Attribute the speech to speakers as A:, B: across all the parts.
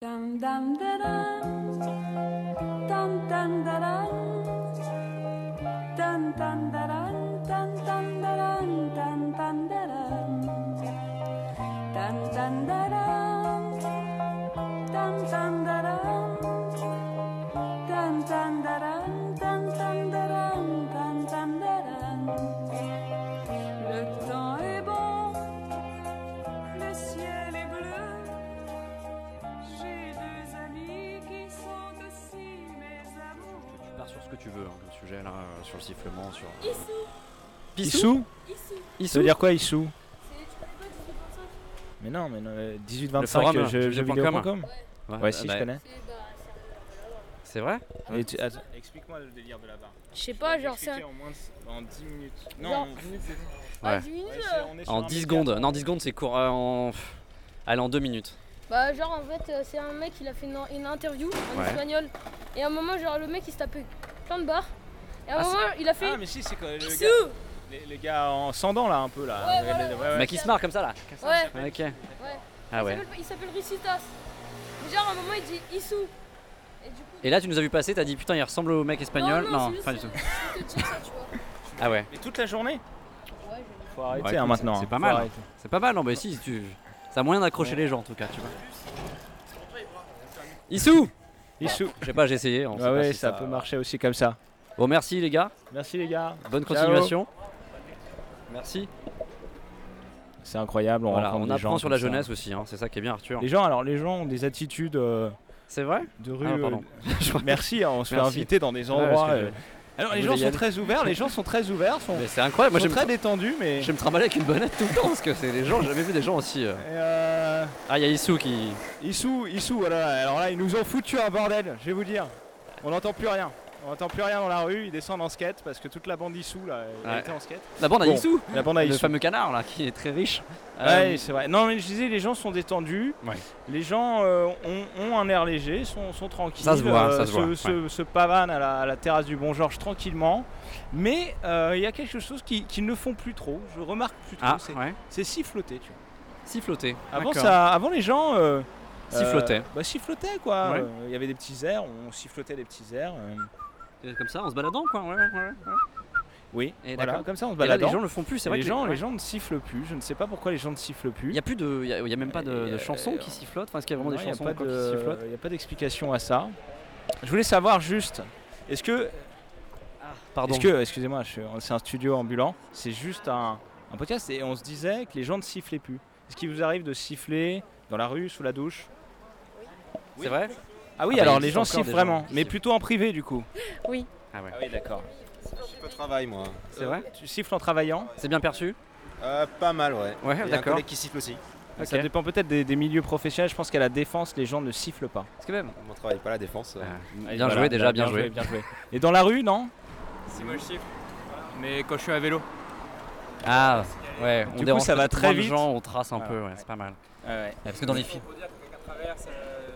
A: Dum dum da dum, dum dum da dum, dum dum da dum, dum dum da dum, dum dum da dum, dum dum da dum, dum dum da dum, dum dum da dum, dum dum da dum, dum dum da dum. Le temps est bon, le ciel est bleu. J'ai deux amis qui sont aussi mes amours.
B: Tu pars sur ce que tu veux hein, comme sujet là, euh, sur le sifflement, sur. euh,
C: Issou
D: Ici.
C: Ça veut dire quoi Issou
D: C'est tu connais pas 18.5
C: Mais non, mais non, euh,
B: Le forum,
C: 18-25
B: là,
C: euh, jeux-
B: jeux.com.
C: jeuxvideo.com Ouais, si,
B: bah,
C: je connais.
D: C'est bah c'est
B: C'est vrai
C: Mais tu- attends, Explique-moi le délire de la barre.
D: Je sais pas, Ah, genre c'est un.
C: en moins de, en 10 minutes.
D: Non, en
C: 10 minutes, c'est
D: Ah,
B: Ouais.
D: 10 minutes
B: En 10 secondes. Non, 10 secondes, c'est court. euh, en... pff, Allez, en 2 minutes.
D: Bah, genre en fait, euh, c'est un mec, il a fait une, une interview en
B: Ouais.
D: espagnol. Et à un moment, genre le mec il se tapait plein de barres. Et à un
B: Ah,
D: moment, il a fait.
C: Ah, mais si, c'est quoi le
D: Issou
C: gars, les, les gars en s'endant là un peu là.
D: Ouais,
C: Les-
D: voilà,
C: les-
D: voilà.
B: Mec, il se marre comme ça là.
D: Ouais,
B: Ok.
D: ouais.
B: Ah ouais.
D: Il s'appelle- Il s'appelle Ricitas. Mais genre à un moment, il dit Issou. Et du coup.
B: Et là, tu nous as vu passer, t'as dit putain, il ressemble au mec espagnol.
D: Non, non, c'est juste
B: pas du tout.
D: Je te dis ça, tu vois.
B: Ah ouais.
C: Mais toute la journée
D: Ouais, je
C: Faut arrêter
B: écoute,
C: hein, maintenant.
B: c'est
C: hein,
B: pas
C: faut
B: mal.
C: arrêter.
B: C'est pas mal, non, mais si, tu. Ça a moyen d'accrocher les gens en tout cas, tu vois. Issou
C: Issou.
B: Je sais pas, j'ai essayé. on sait
C: Ouais,
B: pas
C: ouais,
B: si
C: ça peut marcher aussi comme ça.
B: Bon, merci les gars.
C: Merci les gars.
B: Bonne
C: Ciao.
B: continuation. Merci.
C: C'est incroyable, on
B: voilà,
C: rencontre
B: on
C: des gens
B: apprend sur
C: comme
B: la
C: ça.
B: jeunesse aussi, hein, c'est ça qui est bien, Arthur.
C: Les gens, alors les gens ont des attitudes euh,
B: C'est vrai
C: de rue.
B: Ah,
C: euh,
B: pardon. Ah, Je vois-
C: Merci, hein, on se fait
B: Merci.
C: inviter dans des
B: Ouais, parce
C: endroits.
B: que-
C: euh, Alors les
B: Je
C: gens
B: voulais y
C: sont
B: aller.
C: très ouverts, les gens sont très ouverts, sont,
B: Mais c'est incroyable, moi
C: sont
B: j'aime
C: très détendus, mais.
B: Je vais me trimballer avec une bonnette tout le temps parce que c'est des gens, j'ai jamais vu des gens aussi. euh.
C: Et, euh,
B: Ah, il y a Issou qui.
C: Issou, Issou, voilà. Alors là, ils nous ont foutu un bordel, je vais vous dire. On n'entend plus rien. On n'entend plus rien dans la rue, ils descendent en skate parce que toute la bande Issou là, elle
B: Ouais.
C: était en skate.
B: La bande à
C: Bon,
B: Issou
C: La bande à
B: Le
C: Issou.
B: fameux canard là qui est très riche. Euh,
C: Ouais, c'est vrai. Non, mais je disais, les gens sont détendus.
B: Ouais.
C: Les gens euh, ont, ont un air léger, sont, sont tranquilles. Euh,
B: Ça se voit, ça se voit, ouais.
C: se- se pavanent à la, à la terrasse du Bon Georges tranquillement. Mais euh, il y a quelque chose qui- qu'ils ne font plus trop. Je remarque plus trop.
B: Ah,
C: c'est-
B: ouais.
C: C'est siffloter, tu vois.
B: Siffloter.
C: Avant,
B: D'accord.
C: ça, avant les gens. euh,
B: Sifflotaient.
C: euh, bah, sifflotaient, quoi.
B: Ouais.
C: Euh, Il y avait des petits airs, on sifflotait des petits airs. euh,
B: Comme ça, en se baladant quoi. Ouais, ouais, ouais.
C: Oui,
B: Et
C: voilà,
B: d'accord.
C: comme ça, on se
B: Et là,
C: baladait.
B: les gens le font plus, c'est vrai.
C: les,
B: que
C: gens, les gens ne sifflent plus. Je ne sais pas pourquoi les gens ne sifflent plus.
B: Il n'y a plus de. Il y a, il y a même pas de,
C: Et,
B: de
C: euh,
B: chansons qui sifflotent. Enfin, est-ce qu'il y a vraiment des chansons encore qui sifflotent
C: Il n'y a pas d'explication à ça. Je voulais savoir juste, est-ce que,
B: Pardon.
C: est-ce que, excusez-moi, je suis- c'est un studio ambulant, c'est juste un, un podcast et on se disait que les gens ne sifflaient plus. Est-ce qu'il vous arrive de siffler dans la rue, sous la douche
B: C'est vrai
C: Ah oui,
B: Ah bah, il
C: alors les
B: existe
C: gens
B: encore
C: sifflent
B: des gens
C: vraiment,
B: qui
C: mais
B: sifflent.
C: plutôt en privé du coup.
B: Ah ouais.
C: oui, d'accord.
E: Pas de travail, moi.
B: C'est vrai
C: Tu siffles en travaillant
B: C'est bien perçu
E: Euh, pas mal, ouais.
B: Ouais,
E: Il y a un
B: d'accord.
E: collègue qui siffle aussi.
C: Ça
B: Ok.
C: dépend peut-être des, des milieux professionnels. Je pense qu'à la défense, les gens ne sifflent pas.
B: Parce que même.
E: On travaille pas la défense. euh.
B: Bien
C: Voilà,
B: joué déjà, bien, joué.
C: bien joué. Et dans la rue, non
F: Si moi je chiffre. Mais quand je suis à vélo.
B: Ah ouais, on
C: coup,
B: dérange
C: ça va
B: peut-être
C: très
B: moins de
C: vite.
B: gens, on trace un
C: Ah,
B: peu, ouais, c'est pas mal.
F: Parce que dans les films. traverse. euh,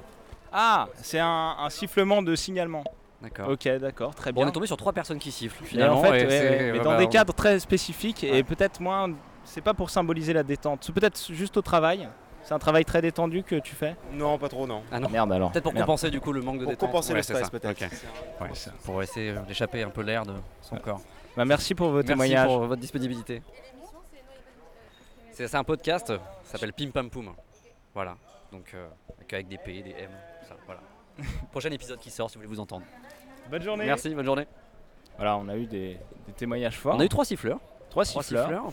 C: Ah, c'est un, un sifflement de signalement.
B: D'accord.
C: Ok, d'accord, très
B: Bon,
C: bien.
B: on est tombé sur trois personnes qui sifflent
C: Mais
B: finalement.
C: en fait,
B: et
C: ouais,
B: c'est-
C: ouais, mais
B: bah,
C: dans
B: bah,
C: des
B: on-
C: cadres très spécifiques
B: Ouais.
C: et peut-être moins. C'est pas pour symboliser la détente. C'est peut-être juste au travail. C'est un travail très détendu que tu fais.
E: Non, pas trop, non.
C: Ah, Merde alors.
B: Peut-être pour compenser du coup le manque de
E: Pour
B: détente.
E: compenser
B: Ouais,
E: le
B: c'est
E: stress,
B: ça.
E: peut-être.
B: Ok.
E: C'est un-
B: Ouais, pour essayer euh, d'échapper un peu l'air de son corps.
C: Bah, merci pour vos
B: Merci
C: témoignages.
B: pour votre disponibilité. C'est c'est un podcast, euh, ça s'appelle Pim Pam Poum. Voilà, donc euh, avec des P, des M, tout ça, voilà. Prochain épisode qui sort si vous voulez vous entendre.
C: Bonne journée.
B: Merci, bonne journée.
C: Voilà, on a eu des, des témoignages forts.
B: On a eu trois siffleurs.
C: trois
B: Trois
C: siffleurs.
B: siffleurs.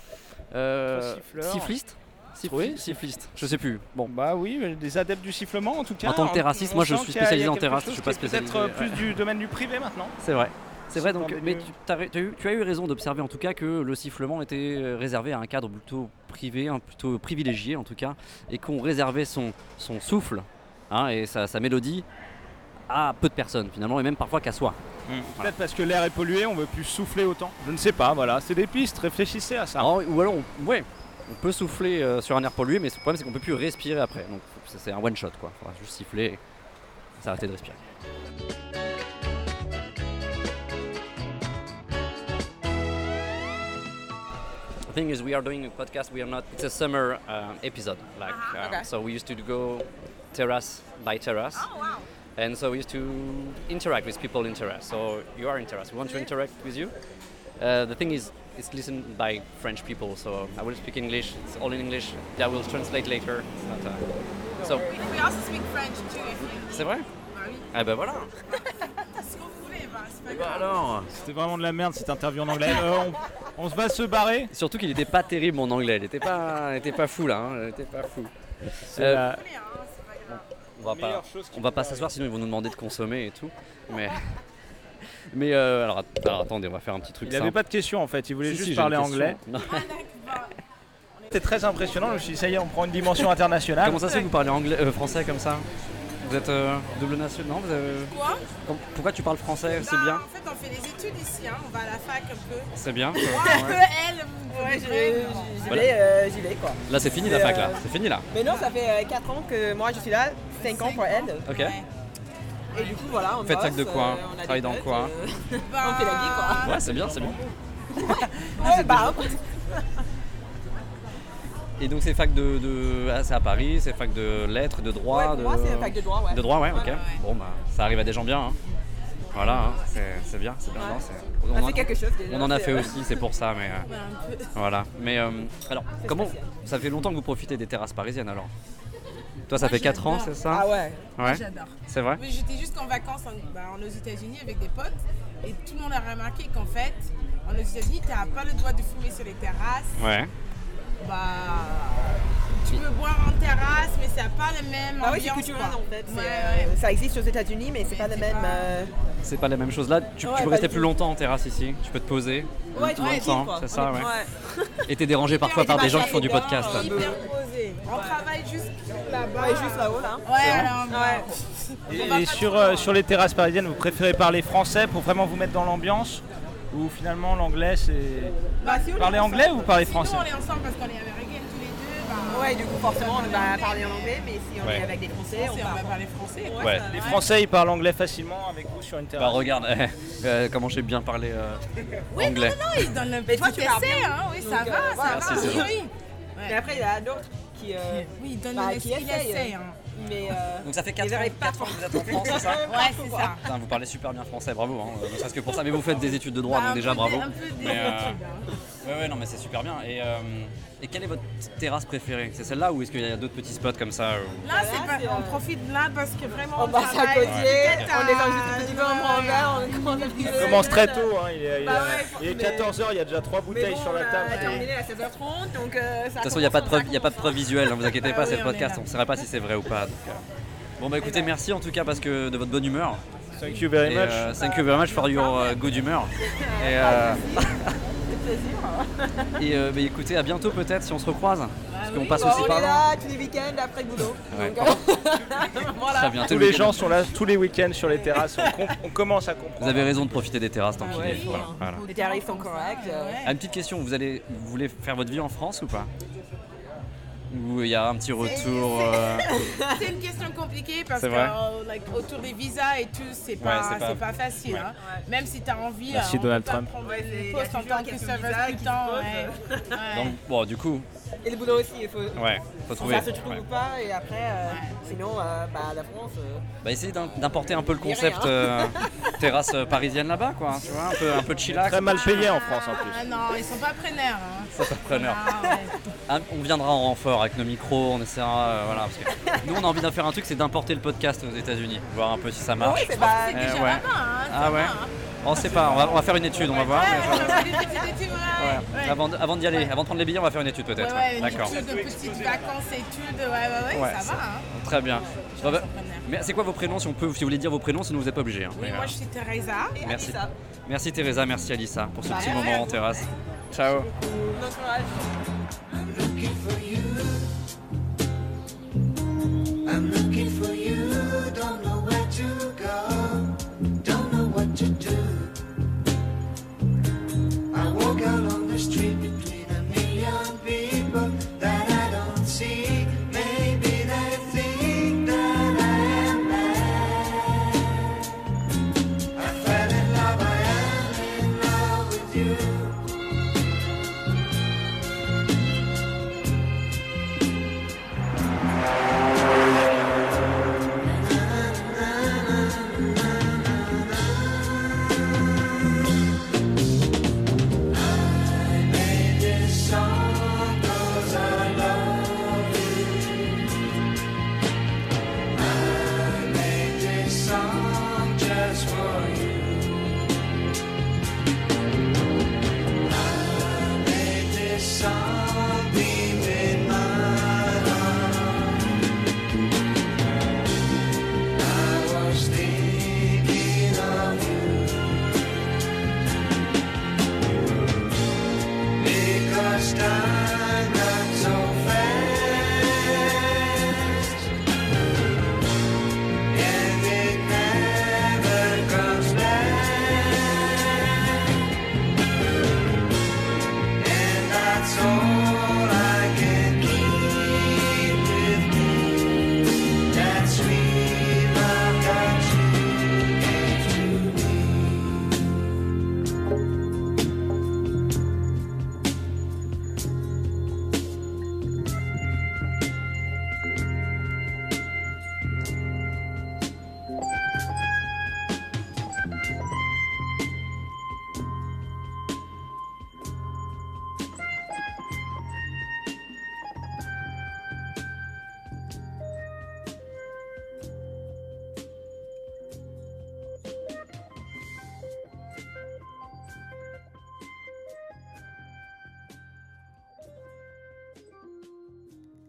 B: Euh,
C: Trois siffleurs.
B: Sifflistes Siffli-
C: Oui.
B: Sifflistes, je sais plus. Bon,
C: Bah oui, mais des adeptes du sifflement en tout cas.
B: En tant que
C: On-
B: terrassiste,
C: on
B: moi, je
C: sent
B: suis
C: qu'il y a-
B: spécialisé
C: il y a
B: en
C: quelque
B: terrassiste,
C: chose
B: je suis pas
C: qui est Peut-être
B: spécialisé,
C: euh, plus du domaine du privé maintenant.
B: c'est vrai. C'est vrai,
C: C'est
B: donc,
C: dans des
B: mais
C: lieux-
B: tu, t'as ré- tu as eu, tu as eu raison d'observer en tout cas que le sifflement était euh, réservé à un cadre plutôt privé, hein, plutôt privilégié en tout cas, et qu'on réservait son, son souffle hein, et sa, sa mélodie à peu de personnes finalement, et même parfois qu'à soi.
C: Peut-être parce que l'air est pollué, on veut plus souffler autant. Je ne sais pas, voilà, c'est des pistes, réfléchissez à ça.
B: Alors, Ah, ou alors, on, ouais, on peut souffler euh, sur un air pollué, mais le problème c'est qu'on peut plus respirer après. Donc c'est c'est un one shot quoi. Faudra juste siffler et s'arrêter de respirer. The thing
D: Ah,
B: uh, is, we are doing a podcast. We are not. It's a summer um, episode, like uh, so. We used to go terrace by terrace.
D: Oh, wow.
B: And so we used to interact with people in terrace. So you are in terrace. We want to
D: Mm-hmm.
B: interact with you. Uh, the thing is, it's listened by French people, so I will speak English. It's all in English. I will translate later. It's not, uh, So,
G: We, we also speak French too if you
B: c'est vrai
G: Bah oui.
B: Eh ben voilà.
G: Ce qu'on voulait, bah, c'est pas
B: Eh ben
G: grave.
B: alors.
C: C'était vraiment de la merde cette interview en anglais. Euh, on, on va se barrer.
B: Surtout qu'il n'était pas terrible mon anglais. Il n'était pas, il était pas fou là. hein. Il était pas fou.
C: C'est
B: Euh,
C: la-
G: On voulait, hein, c'est pas grave.
B: On va pas,
C: meilleure chose qui
B: on va
C: peut
B: pas s'asseoir, sinon ils vont nous demander de consommer et tout. Mais, mais euh, alors, att- alors, attendez, on va faire un petit truc
C: Il n'avait
B: simple.
C: pas de questions en fait, il voulait
B: Si,
C: juste
B: si, j'ai
C: parler
B: une
C: anglais.
B: question. Non.
C: C'était très impressionnant, je me suis dit ça y est, on prend une dimension internationale.
B: Comment ça se fait que vous parlez anglais, euh, français comme ça Vous êtes euh, double national non, vous avez- euh,
G: Quoi
B: Com- Pourquoi tu parles français C'est
G: Non,
B: bien.
G: bah, En fait, on fait des études ici, hein, on va à la fac un peu.
B: C'est bien.
G: Elle, vous
H: Ouais,
G: vous
H: je-
G: prête,
H: je- j'y
B: Voilà.
H: vais, euh, j'y vais quoi.
B: Là, c'est fini la fac
H: euh,
B: là. C'est fini là.
H: Mais non, ça fait 4 ans que moi je suis là, 5 ans pour elle.
B: Ok.
H: bah, Et du coup, voilà, on
B: Faites
H: bosse, euh,
B: sac de quoi, hein
H: on a des
B: Travaille dans
H: potes,
B: quoi, hein
H: euh,
G: bah,
H: On fait la vie quoi.
B: Ouais, c'est bien, c'est bien.
H: Ouais, bah,
B: Et donc, c'est fac de, de ah, c'est à Paris, c'est fac de lettres, de droit.
H: ouais, pour moi, c'est un pack de droit, ouais.
B: De droit, ouais, ok.
H: ouais.
B: Bon, bah, ça arrive à des gens bien. hein. Voilà, hein, c'est c'est bien, c'est bien.
H: Ouais.
B: non, c'est-
H: Ça
B: on,
H: fait
B: en,
H: quelque chose déjà.
B: on en a
H: c'est- euh,
B: fait aussi, c'est pour ça, mais euh,
H: Ouais, un peu.
B: voilà. Mais euh, alors,
H: C'est
B: comment
H: spécial.
B: ça fait longtemps que vous profitez des terrasses parisiennes alors Toi, ça fait 4 ans, c'est ça
H: Ah ouais.
B: Ouais,
G: J'adore.
B: c'est vrai.
G: Mais j'étais juste en vacances en, bah, en- aux États-Unis avec des potes et tout le monde a remarqué qu'en fait, en aux États-Unis, t'as pas le droit de fumer sur les terrasses.
B: Ouais.
G: Bah, tu peux boire en terrasse, mais ça n'a pas le même
H: Bah oui, c'est
G: ambiance.
H: culturel
G: quoi.
H: en fait. c'est,
G: Ouais,
H: euh,
G: ouais.
H: Ça existe aux États-Unis, mais c'est
G: Mais
H: pas le
G: c'est
H: même.
G: pas-
H: euh,
B: C'est pas la même chose là. Tu, tu
H: Ouais,
B: peux
H: pas
B: rester
H: du
B: plus
H: tout.
B: longtemps en terrasse ici. Tu peux te poser
H: Ouais,
B: plus
H: tu vois,
B: longtemps,
H: quoi.
B: c'est ça,
H: On est-
B: ouais. et t'es dérangé parfois
G: des
B: par des gens
G: bâtards,
B: qui font du
H: les gars,
G: hein.
B: podcast.
H: euh,
G: Hyper posé. On travaille juste là-bas.
H: Ouais, Bah, juste là-haut là.
G: Ouais, alors, bah,
C: Et,
G: on va
C: et
G: pas
C: sur,
G: trop
C: euh,
G: loin.
C: sur les terrasses parisiennes, vous préférez parler français pour vraiment vous mettre dans l'ambiance Ou finalement l'anglais c'est.
G: Bah, si on est
C: Parlez
G: ensemble-
C: anglais ou parlez
G: si
C: français
G: nous, on est ensemble parce qu'on est américains tous les deux. Bah,
H: Ouais, du coup, forcément, on va parler en anglais, mais si on
B: Ouais.
H: est avec des Français,
G: français,
H: on
G: on
H: parle.
G: va parler français. quoi.
B: Ouais.
C: Les Français ils parlent anglais facilement avec vous sur une
B: Bah
C: terrasse.
B: regarde, euh, comment j'ai bien parlé euh,
G: Oui, non,
B: anglais.
G: non, ils donnent le
H: Mais toi,
G: petit
H: tu parles
G: essai,
H: bien.
G: hein. Oui,
H: Donc,
G: ça
H: euh,
G: va, ça
H: voilà.
G: va.
B: Merci, c'est
G: oui, oui.
H: Mais après, il y en a d'autres qui. euh,
G: Oui, ils donnent
H: Bah,
G: le
H: qui
G: il
H: essaye.
G: essaie, hein.
H: Mais. euh,
B: Donc ça fait
H: ils
B: 4 ans,
H: arrivent pas
B: quatre ans que vous êtes en France, c'est ça
G: Ouais, c'est ça.
B: Putain, vous parlez super bien français, bravo. Hein. euh, Ne serait-ce que pour ça, mais vous faites des études de droit,
G: Bah,
B: donc
G: un
B: déjà
G: peu
B: bravo.
G: dé- un peu dé-
B: Mais, euh, ouais, ouais, non, mais c'est super bien. Et, euh, et quelle est votre terrasse préférée C'est celle-là ou est-ce qu'il y a d'autres petits spots comme ça où-
G: Là, c'est
H: Là,
G: pas-
H: c'est,
G: on
H: euh,
G: profite là parce que vraiment.
H: On passe à côté, on
G: est
H: les invite un petit peu, on prend un verre, on commence à
C: On
H: discuter.
C: commence très tôt, hein, il est, il est-
H: Bah ouais,
C: il est
H: mais-
C: 14h, il y a déjà trois
H: Mais
C: bouteilles
H: bon, bah,
C: sur la
H: on a
C: table.
H: terminé à 16h30, donc euh, ça
B: De toute façon, il n'y a pas de preuve, il y a pas de preuve visuelle, ne vous inquiétez
G: Bah
B: pas,
G: oui,
B: c'est le
G: on est
B: podcast,
G: là.
B: on ne saurait pas si c'est vrai ou pas. donc, euh. Bon bah écoutez, merci en tout cas parce que de votre bonne humeur.
C: Thank you very
B: Et,
C: much.
B: euh, thank you very much for your euh, good humor. Et,
H: Ah,
B: euh, et euh, bah, écoutez, à bientôt peut-être si on se recroise.
H: Bah
B: Parce qu'on passe
H: Bon,
B: aussi
H: on
B: par
H: est là tous les week-ends après le boulot.
B: Ouais.
H: Donc, euh, voilà.
B: Très bien.
C: Tous les gens sont là tous les week-ends sur les terrasses, on, comp- on commence à comprendre.
B: Vous avez raison de profiter des terrasses tant qu'il est.
H: oui. hein.
B: Voilà, voilà.
H: Les tarifs sont corrects. euh,
B: Ah, une petite question, vous, allez, vous voulez faire votre vie en France ou pas Ou il y a un petit retour euh,
G: C'est une question compliquée parce que
B: C'est vrai.
G: euh, like, autour des visas et tout, c'est
B: Ouais,
G: pas,
B: c'est
G: c'est
B: pas-
G: pas... facile. hein. Même si tu as envie,
C: Merci,
G: euh, on peut
C: Donald
G: pas
C: Trump.
G: prendre
H: Ouais, c'est-
G: une
H: y a
G: poste en
H: toujours
G: tant que
H: quelques
G: serveuse
H: visas qui
G: tout
H: se
G: le temps.
H: posent,
G: ouais. Ouais.
B: donc, Bon, du coup,
H: Et le boulot aussi, il faut.
B: ouais, faut
H: si
B: trouver.
H: Ça se trouve
B: ouais.
H: ou pas, et après, euh, sinon, euh, bah, la France. euh,
B: Bah, essayez d'im- d'importer un peu le
H: Dirait,
B: concept
H: hein.
B: euh, terrasse euh, parisienne là-bas, quoi. hein, Tu vois, un peu, un peu chillax,
C: Très mal payé en France en
G: Ah
C: plus.
G: non, ils sont pas preneurs. hein.
B: entrepreneur.
G: Ah, ouais.
B: Ah, On viendra en renfort avec nos micros, on essaiera. euh, voilà, parce que nous, on a envie d'en faire un truc, c'est d'importer le podcast aux États-Unis, voir un peu si ça marche.
H: ouais, c'est bah,
G: C'est
B: Euh,
G: déjà
B: ouais.
G: là-bas. hein, ça
B: Ah ouais
G: va, hein.
B: On sait pas, on va, on va faire une étude, on va voir. mais ça-
G: Ouais, ouais, ouais, des petites études, ouais.
B: Ouais.
G: Ouais.
B: Avant, de- avant d'y aller, avant de prendre les billets, on va faire une étude peut-être.
G: Ouais, ouais, une
B: D'accord.
G: étude, de petites vacances, études, ouais, ouais, ouais,
B: Ouais,
G: ça
B: ça-
G: va. hein.
B: Très bien. Bon, bah,
G: entrepreneur.
B: mais c'est quoi vos prénoms si, on peut, si vous voulez dire vos prénoms, sinon vous n'êtes pas obligé. hein.
G: Oui,
B: Mais,
G: moi
B: euh,
G: je suis Teresa.
H: et
B: merci.
H: Alissa.
B: Merci Teresa, merci Alissa pour ce
G: Bah,
B: petit
G: ouais.
B: moment en terrasse. Ciao.
H: Notre courage.
I: I'm looking for you, don't know where to go, don't know what to do. I walk out on the street between a million people that I don't see. Maybe they think that I am mad. I fell in love, I am in love with you.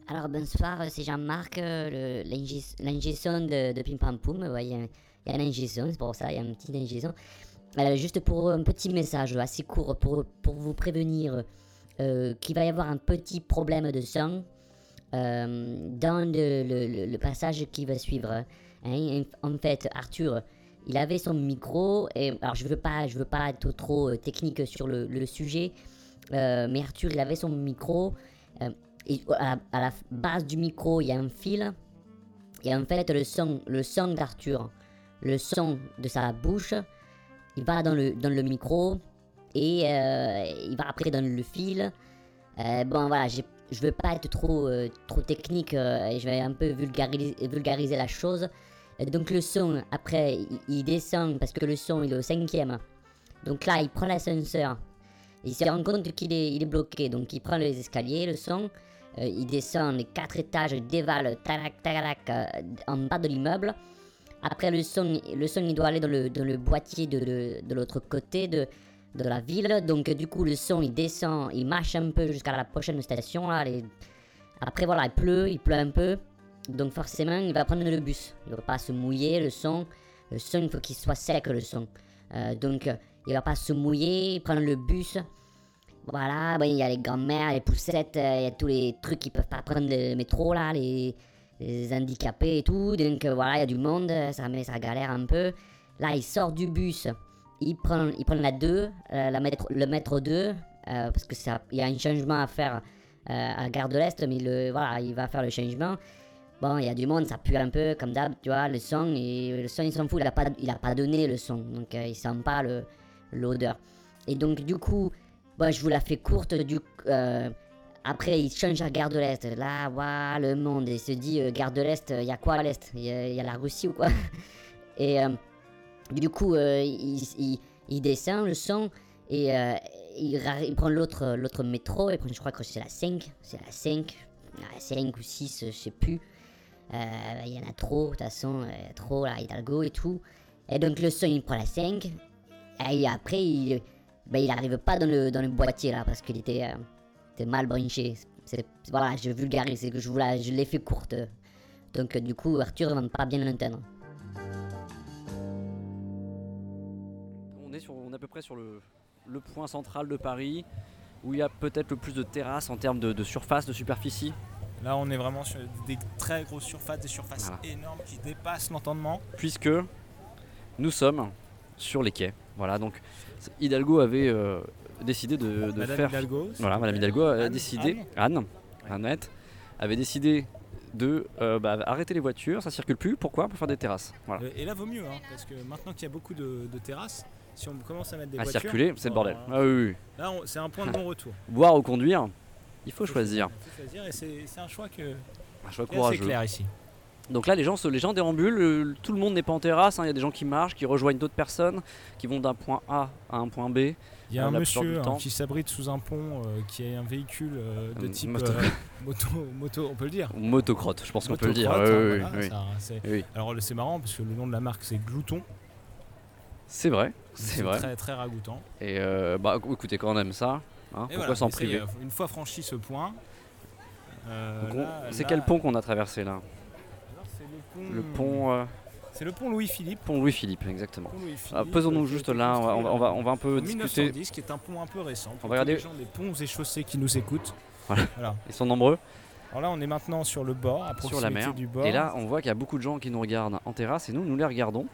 J: Alors bonsoir, c'est Jean-Marc, euh, le- l'ingé- l'ingé son de, de Pim Pam Poum. Ouais, Il y, a un- il y a un ingé son, c'est pour ça, il y a un petit ingé son. Voilà, juste pour un petit message assez court pour, pour vous prévenir euh, qu'il va y avoir un petit problème de son euh, dans le, le- le- le passage qui va suivre. hein. En fait, Arthur, il avait son micro. Et, alors, je veux pas, je veux pas être trop euh, technique sur le, le sujet, euh, mais Arthur, il avait son micro. euh, et à, la- à la base du micro, il y a un fil. Et en fait, le son, le son d'Arthur, le son de sa bouche, il va dans le, dans le micro et euh, il va après dans le fil. Euh, bon, voilà, j'ai- je veux pas être trop, euh, trop technique euh, et je vais un peu vulgariser, vulgariser la chose. Et donc, le son, après, il, il descend parce que le son, il est au cinquième. Donc là, il prend l'ascenseur. Il se rend compte qu'il est, il est bloqué, donc il prend les escaliers, le son, euh, il descend les quatre étages, il dévale, tarac, tarac, euh, en bas de l'immeuble. Après le son, le son, il doit aller dans le, dans le boîtier de, le- de l'autre côté de, de la ville. Donc euh, du coup, le son, il descend, il marche un peu jusqu'à la prochaine station. Là, les- Après, voilà, il pleut, il pleut un peu. Donc forcément, il va prendre le bus. Il va pas se mouiller, le son. Le son, il faut qu'il soit sec, le son. Euh, donc, euh, il va pas se mouiller, il prend le bus. Voilà, bon, il y a les grand-mères, les poussettes, euh, il y a tous les trucs qui peuvent pas prendre le métro, là, les, les handicapés et tout. Donc euh, voilà, il y a du monde, euh, ça, met, ça galère un peu. Là, il sort du bus, il prend, il prend la 2, euh, la métro, le métro 2, euh, parce que ça- il y a un changement à faire euh, à Gare de l'Est, mais le, voilà, il va faire le changement. Bon, il y a du monde, ça pue un peu, comme d'hab, tu vois, le son, et, le son, il s'en fout, il a pas, il a pas donné le son, donc euh, il sent pas le- l'odeur. Et donc, du coup, bon, Bah, je vous la fais courte, du euh, après, il change à Gare de l'Est, là, waouh, le monde, il se dit, euh, Gare de l'Est, il y a quoi à l'Est Il y, a- il y a la Russie ou quoi Et... euh, du coup, euh, il, il- il descend le son et euh, il, ra- il prend l'autre l'autre métro. Il prend, je crois que c'est la 5. C'est la 5. La 5 ou 6, je sais plus. Euh, Il y en a trop, de toute façon, euh, trop, là, Hidalgo et tout. Et donc le son, il prend la 5. Et après, il, ben, il arrive pas dans le, dans le boîtier, là, parce qu'il était, euh, était mal branché. C'est- Voilà, je vulgarise, c'est que je, vous la- je l'ai fait courte. Donc euh, du coup, Arthur ne va pas bien l'entendre.
B: On est, sur, on est à peu près sur le, le point central de Paris, où il y a peut-être le plus de terrasses en termes de, de surface, de superficie.
C: Là, on est vraiment sur des très grosses surfaces, des surfaces énormes qui dépassent l'entendement.
B: puisque nous sommes sur les quais. Voilà, donc c'est- Hidalgo avait euh, décidé de, de
C: Madame
B: faire.
C: Hidalgo, s'il
B: voilà,
C: vous
B: Madame
C: plaît.
B: Hidalgo a
C: Anne-
B: décidé. Anne, Annette, avait décidé de euh, bah, arrêter les voitures, ça circule plus. Pourquoi Pour faire des terrasses. Voilà.
C: Euh, Et là, vaut mieux, hein, parce que maintenant qu'il y a beaucoup de, de terrasses, si on commence à mettre des
B: à
C: voitures,
B: circuler, c'est le
C: bon,
B: bordel.
C: euh,
B: Ah oui, oui.
C: Là, on- c'est un point de non-retour.
B: Boire ou conduire, il faut choisir.
C: faut choisir, et c'est c'est un choix que.
B: Un choix
C: qui est assez
B: courageux.
C: clair ici.
B: Donc là, les gens, se- les gens déambulent, euh, tout le monde n'est pas en terrasse, hein, il y a des gens qui marchent, qui rejoignent d'autres personnes, qui vont d'un point A à un point B.
C: Il y a
B: euh,
C: un
B: la plupart du
C: monsieur hein,
B: temps.
C: qui s'abrite sous un pont, euh, qui a un véhicule euh, de
B: Un
C: type
B: moto-
C: euh, moto, moto, on peut le dire.
B: Ou motocrotte, je pense qu'on peut le dire,
C: Motocrotte,
B: ouais,
C: hein,
B: ouais,
C: voilà,
B: ouais.
C: ça, c'est-
B: Oui.
C: Alors c'est marrant parce que le nom de la marque c'est Glouton.
B: C'est vrai,
C: C'est
B: c'est vrai.
C: très, très ragoûtant.
B: Et euh, bah écoutez, quand on aime ça, hein,
C: Et
B: pourquoi
C: voilà, euh,
B: s'en
C: mais ça y est,
B: priver
C: Une fois franchi ce point. euh,
B: Donc on-
C: là-
B: C'est
C: là-
B: quel pont qu'on a traversé là
C: C'est le pont.
B: Le pont. euh,
C: C'est le pont Louis-Philippe.
B: Pont Louis-Philippe, exactement.
C: Pont Louis-Philippe,
B: Ah, Pesons-nous
C: euh,
B: juste
C: qui a été
B: là, on va, on va- on va- on va un
C: en
B: peu discuter.
C: 1910, qui est un pont un peu récent.
B: On
C: Pour
B: va
C: tous les
B: regarder.
C: gens des ponts et chaussées qui nous écoutent.
B: Voilà.
C: Voilà.
B: Ils sont nombreux
C: Alors là, on est maintenant sur le bord, à proximité
B: sur la mer.
C: du bord.
B: Et là, on voit qu'il y a beaucoup de gens qui nous regardent en terrasse et nous, nous les regardons.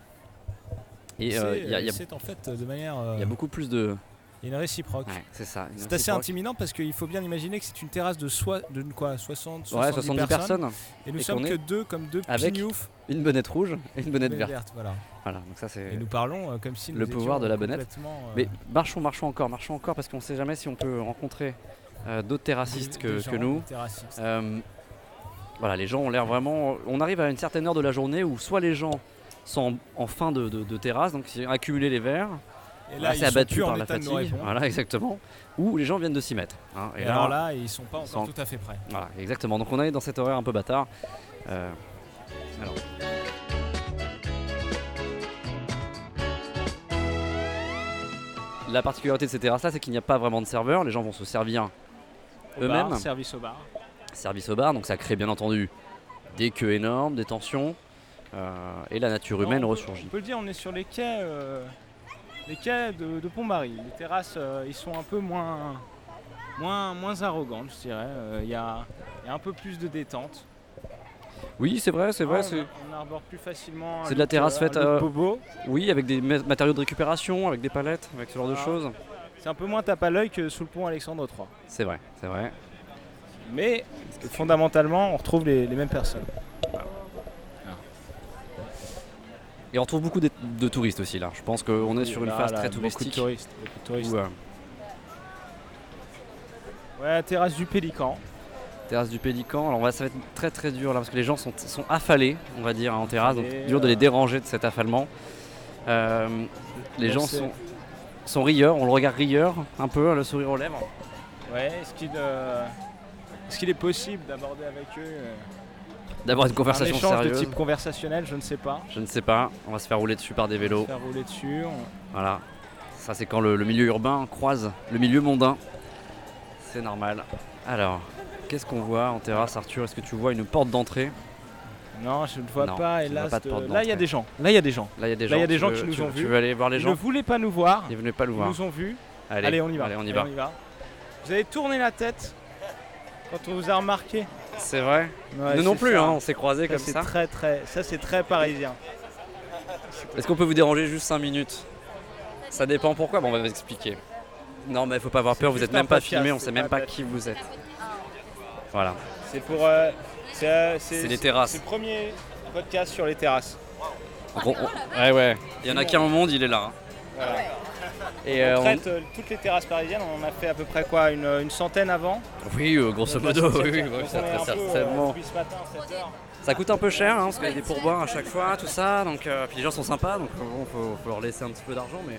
B: Et euh,
C: C'est,
B: il y a- il y a-
C: c'est en fait de manière. euh,
B: il y a beaucoup plus de.
C: il y a une réciproque.
B: Ouais, c'est ça. une
C: C'est assez
B: réciproque.
C: intimidant parce qu'il faut bien imaginer que c'est une terrasse de, soi, de quoi, 60, 70,
B: Ouais, 70 personnes.
C: Et nous
B: qu'on
C: sommes que
B: est
C: deux comme deux
B: Avec
C: pignoufs.
B: une bonnette rouge et une bonnette
C: Bonnette
B: verte.
C: verte, voilà.
B: donc ça c'est.
C: Et nous parlons, euh, comme si nous
B: Le pouvoir
C: étions
B: de la bonnette.
C: complètement, euh,
B: Mais marchons, marchons encore, marchons encore parce qu'on sait jamais si on peut rencontrer euh, d'autres terrassistes
C: Des-
B: que,
C: des
B: que
C: gens,
B: nous.
C: des terrassistes.
B: Euh, voilà, les gens ont l'air vraiment. On arrive à une certaine heure de la journée où soit les gens sont en, en fin de, de- de terrasse, donc ils ont accumulé les verres.
C: Et là,
B: euh, assez
C: ils sont
B: abattus
C: plus en
B: par la
C: état de nous
B: fatigue.
C: répondre.
B: Voilà, exactement. Ou les gens viennent de s'y mettre. hein.
C: Et alors là, ils sont pas encore tout à fait prêts.
B: Voilà, exactement. Donc on est dans cet horaire un peu bâtard. Euh, alors. La particularité de ces terrasses-là, c'est qu'il n'y a pas vraiment de serveur. Les gens vont se servir
C: Au bar,
B: eux-mêmes.
C: service au bar.
B: service au bar, donc ça crée bien entendu des queues énormes, des tensions, euh, et la nature humaine
C: Non, on peut-
B: ressurgit.
C: On peut le dire, on est sur les quais, euh, les quais de, de Pont-Marie. Les terrasses, euh, ils sont un peu moins, moins, moins arrogantes, je dirais. Euh, Il y, a, il y a un peu plus de détente.
B: Oui, c'est vrai, c'est
C: Ah,
B: vrai.
C: on-
B: c'est-
C: On arbore plus facilement. un
B: C'est de la
C: look,
B: terrasse
C: euh, un
B: faite
C: look
B: à.
C: bobo.
B: Oui, avec des ma- matériaux de récupération, avec des palettes, avec ce genre de
C: Ah.
B: choses.
C: C'est un peu moins tape à l'œil que sous le pont Alexandre III.
B: C'est vrai, c'est vrai.
C: Mais fondamentalement, on retrouve les, les mêmes personnes.
B: Et on retrouve beaucoup de, de touristes aussi là. Je pense qu'on est sur une
C: Là,
B: phase
C: là,
B: très
C: beaucoup de
B: touristique.
C: touristes, beaucoup de touristes.
B: Où, euh,
C: Ouais, la terrasse du Pélican.
B: terrasse du Pélican. Alors on va, ça va être très très dur là parce que les gens sont, sont affalés, on va dire, hein, en terrasse. Donc
C: Affalés,
B: dur de les
C: euh.
B: déranger de cet affalement. Euh, les
C: Bon,
B: gens
C: c'est-
B: sont, sont rieurs, on le regarde rieur un peu, hein, le sourire aux lèvres.
C: Ouais, est-ce qu'il euh, est-ce qu'il est possible d'aborder avec eux euh,
B: D'avoir une conversation
C: un échange
B: sérieuse.
C: de type conversationnel, je ne sais pas.
B: Je ne sais pas, on va se faire rouler dessus par des
C: On va
B: vélos.
C: se Faire rouler dessus. on-
B: Voilà. Ça c'est quand le, le milieu urbain croise le milieu mondain. C'est normal. Alors, qu'est-ce qu'on voit en terrasse Arthur Est-ce que tu vois une porte d'entrée
C: Non, je ne vois
B: Non, tu
C: pas,
B: ne vois
C: hélas.
B: pas de
C: de-
B: porte
C: Là, il y a
B: d'entrée.
C: des gens. Là, il y a des gens.
B: Là, il y a des
C: Là, il y
B: gens.
C: a des
B: Tu
C: gens
B: veux-
C: qui nous
B: tu-
C: ont
B: tu
C: vus.
B: veux aller voir les
C: Ils
B: gens
C: ne voulaient pas nous voir.
B: Ils venaient pas nous
C: Ils
B: voir.
C: nous ont vus.
B: Allez,
C: on y va.
B: allez, on y va.
C: Vous avez tourné la tête quand on vous a remarqué.
B: C'est vrai
C: Ouais,
B: Nous non
C: c'est
B: plus,
C: ça.
B: hein, on s'est croisés comme
C: c'est
B: ça.
C: Très, très, ça, c'est très parisien.
B: Est-ce qu'on peut vous déranger juste 5 minutes Ça dépend pourquoi, bon, on va vous expliquer. Non, mais faut pas avoir peur, vous
C: juste
B: êtes même
C: un
B: pas
C: podcast,
B: filmé, on
C: c'est
B: sait même
C: pas
B: pas qui vous êtes. Voilà.
C: C'est pour. euh, c'est, euh,
B: C'est les terrasses.
C: C'est le premier podcast sur les terrasses.
B: Donc, on- on- ouais, ouais. Il y en a qu'un au monde, il est là. hein.
C: Voilà.
B: Et
C: on
B: euh, on-
C: traite euh, toutes les terrasses parisiennes. On en a fait à peu près quoi Une, euh, une centaine avant
B: Oui, euh, grosso modo, oui, oui, oui,
C: Donc,
B: ça
C: on est
B: très
C: un peu, euh,
B: certainement.
C: depuis ce matin, 7 heures.
B: Ça coûte un peu cher, hein, parce qu'il y a des pourboires à chaque fois, tout ça. Donc, euh, puis les gens sont sympas, donc euh, bon, faut, faut leur laisser un petit peu d'argent, mais.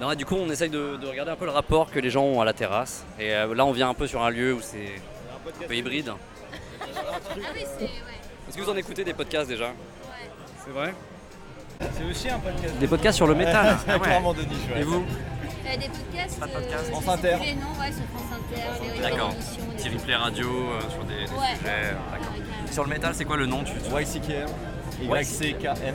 B: Non, et du coup, on essaye de, de regarder un peu le rapport que les gens ont à la terrasse. Et euh, là, on vient un peu sur un lieu où c'est un peu hybride. Ah Est-ce que vous en écoutez des podcasts déjà C'est vrai
C: C'est aussi un podcast.
B: Des podcasts sur le métal. Ah
C: Ouais, clairement de niche, ouais.
B: Et vous
K: Euh, des podcasts.
B: de podcast.
K: je
B: France
K: sais plus
B: Inter.
K: Les noms, ouais, sur France Inter, les
B: D'accord.
K: émissions, des-
B: Petit replay radio euh, sur des, des
K: Ouais.
B: sujets. euh, d'accord. Sur le métal, c'est quoi le nom tu, tu... YCKM.
L: YCKM.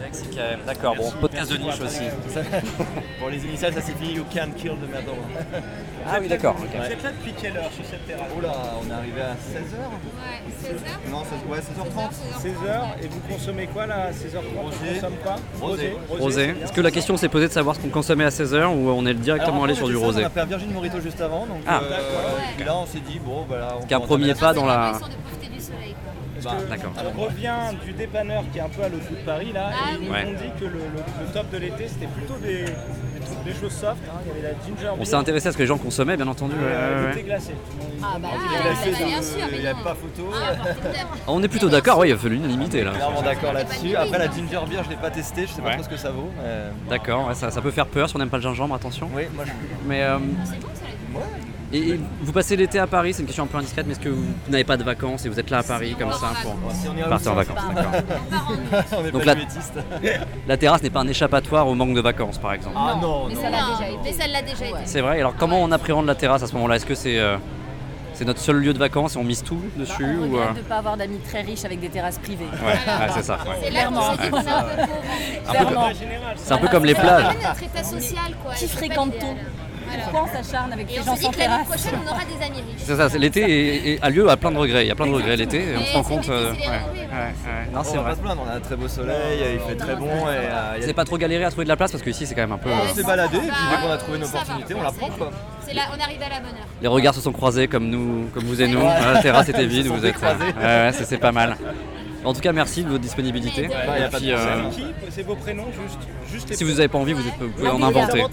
B: YCKM, d'accord. Bon, podcast de niche aussi.
L: Pour les initiales, ça signifie You Can Kill the Murderer.
B: Ah oui, d'accord,
L: Vous
B: ok.
L: êtes là depuis quelle heure sur cette terrasse Oh là, on est arrivé à 16h
K: Ouais, 16 heures.
L: Non, 16, ouais, 16h30.
C: 16h, et vous consommez quoi là à 16h30 On consomme pas
L: Rosé.
B: Rosé. Est-ce que la question s'est posée de savoir ce qu'on consommait à 16h ou on est directement
L: Alors,
B: allé
L: après,
B: sur du
L: on était
B: rosé
L: On a fait un Virgin Morito juste avant, donc
B: Ah.
L: euh, et puis là on s'est dit, bon voilà. on
B: Ce qui est un
L: peut
B: premier
L: entamer
B: pas dans la.
K: Histoire de profiter du soleil. quoi.
L: Bah,
B: D'accord.
C: On revient du dépanneur qui est un peu à l'autre bout de Paris là,
K: Ah
C: et ils
B: oui.
C: nous
B: Ouais.
C: ont dit que le, le- le top de l'été c'était plutôt des, des trucs- des choses soft. hein. Il y avait la ginger
B: On
C: beer,
B: s'est intéressé à ce que les gens consommaient, bien entendu.
C: et, euh,
B: ouais,
C: le
B: ouais,
C: thé
B: ouais.
C: glacé.
K: Ah bah,
L: Il
K: oui,
L: est glacé,
K: bah, bien
L: donc,
K: sûr, mais
L: euh, il n'y a
K: non.
L: pas photo.
K: Ah, portable.
B: Ah, on est plutôt d'accord, ouais, il a fallu l'unanimité là.
L: Clairement d'accord là-dessus. Après la ginger beer, je l'ai pas testé, je sais pas trop ce que ça vaut. mais-
B: D'accord, ouais, ça, ça peut faire peur si on n'aime pas le gingembre, attention.
L: Oui, moi je.
B: Mais. euh,
K: C'est bon, ça, la vie.
B: et, et vous passez l'été à Paris, c'est une question un peu indiscrète, mais est-ce que vous n'avez pas de vacances et vous êtes là à Paris comme ça pour partir en vacances d'accord.
L: On est
B: Donc
L: pas
B: la-
L: juétistes.
B: La terrasse n'est pas un échappatoire au manque de vacances, par exemple.
L: Ah non,
K: mais
L: non.
K: ça l'a déjà été. Mais ça l'a déjà été.
B: C'est vrai, alors comment on appréhende la terrasse à ce moment-là Est-ce que c'est euh, c'est notre seul lieu de vacances et on mise tout dessus
M: On
B: ou,
M: regrette
B: euh,
M: de ne pas avoir d'amis très riches avec des terrasses privées.
B: Ouais, ouais, c'est ça, ouais. C'est là qu'on
M: Clairement.
B: s'est dit qu'on est un peu pauvres,
M: Clairement.
B: en fait. Un peu comme- c'est un peu comme les plages.
K: C'est notre état social, quoi.
M: Qui
K: C'est pas
M: fréquente-t-on
K: l'idéal.
M: Pourquoi on s'acharne avec
K: Et
M: ces
K: on
M: gens
K: se dit
M: sans
K: que l'année
M: terrasse
K: prochaine, on aura des amis riches.
B: C'est ça, c'est- l'été est- est- a lieu à plein de regrets. Il y a plein de regrets l'été et on
K: Mais
B: se rend
K: c'est
B: compte.
K: difficile,
B: euh,
K: il y a
B: ouais,
K: des
B: ouais,
K: regrets,
B: ouais. Non,
L: Bon,
B: c'est
L: on va
B: vrai.
L: pas se plaindre, on a un très beau soleil, il fait très bon et euh, il y a
B: C'est pas trop galéré à trouver de la place parce que ici c'est quand même un peu. euh,
L: on s'est baladé et puis dès qu'on a trouvé une
K: Ah, Ça va.
L: opportunité, on la prend quoi.
K: C'est là, on arrive à la bonne heure.
B: Les regards se sont croisés comme nous, comme vous et nous.
K: Ouais.
B: Ah, La terrasse était
L: Ils se
B: vide,
L: sont
B: vous êtes. euh,
L: décroisés.
B: Ouais, ouais, c'est c'est pas mal. En tout cas, merci de votre disponibilité.
L: Bah, y a
B: Et
L: pas de
B: puis, euh,
C: C'est qui C'est vos prénoms juste, juste les
B: si vous n'avez pas envie, vous vous pouvez en
M: Adélia.
B: inventer.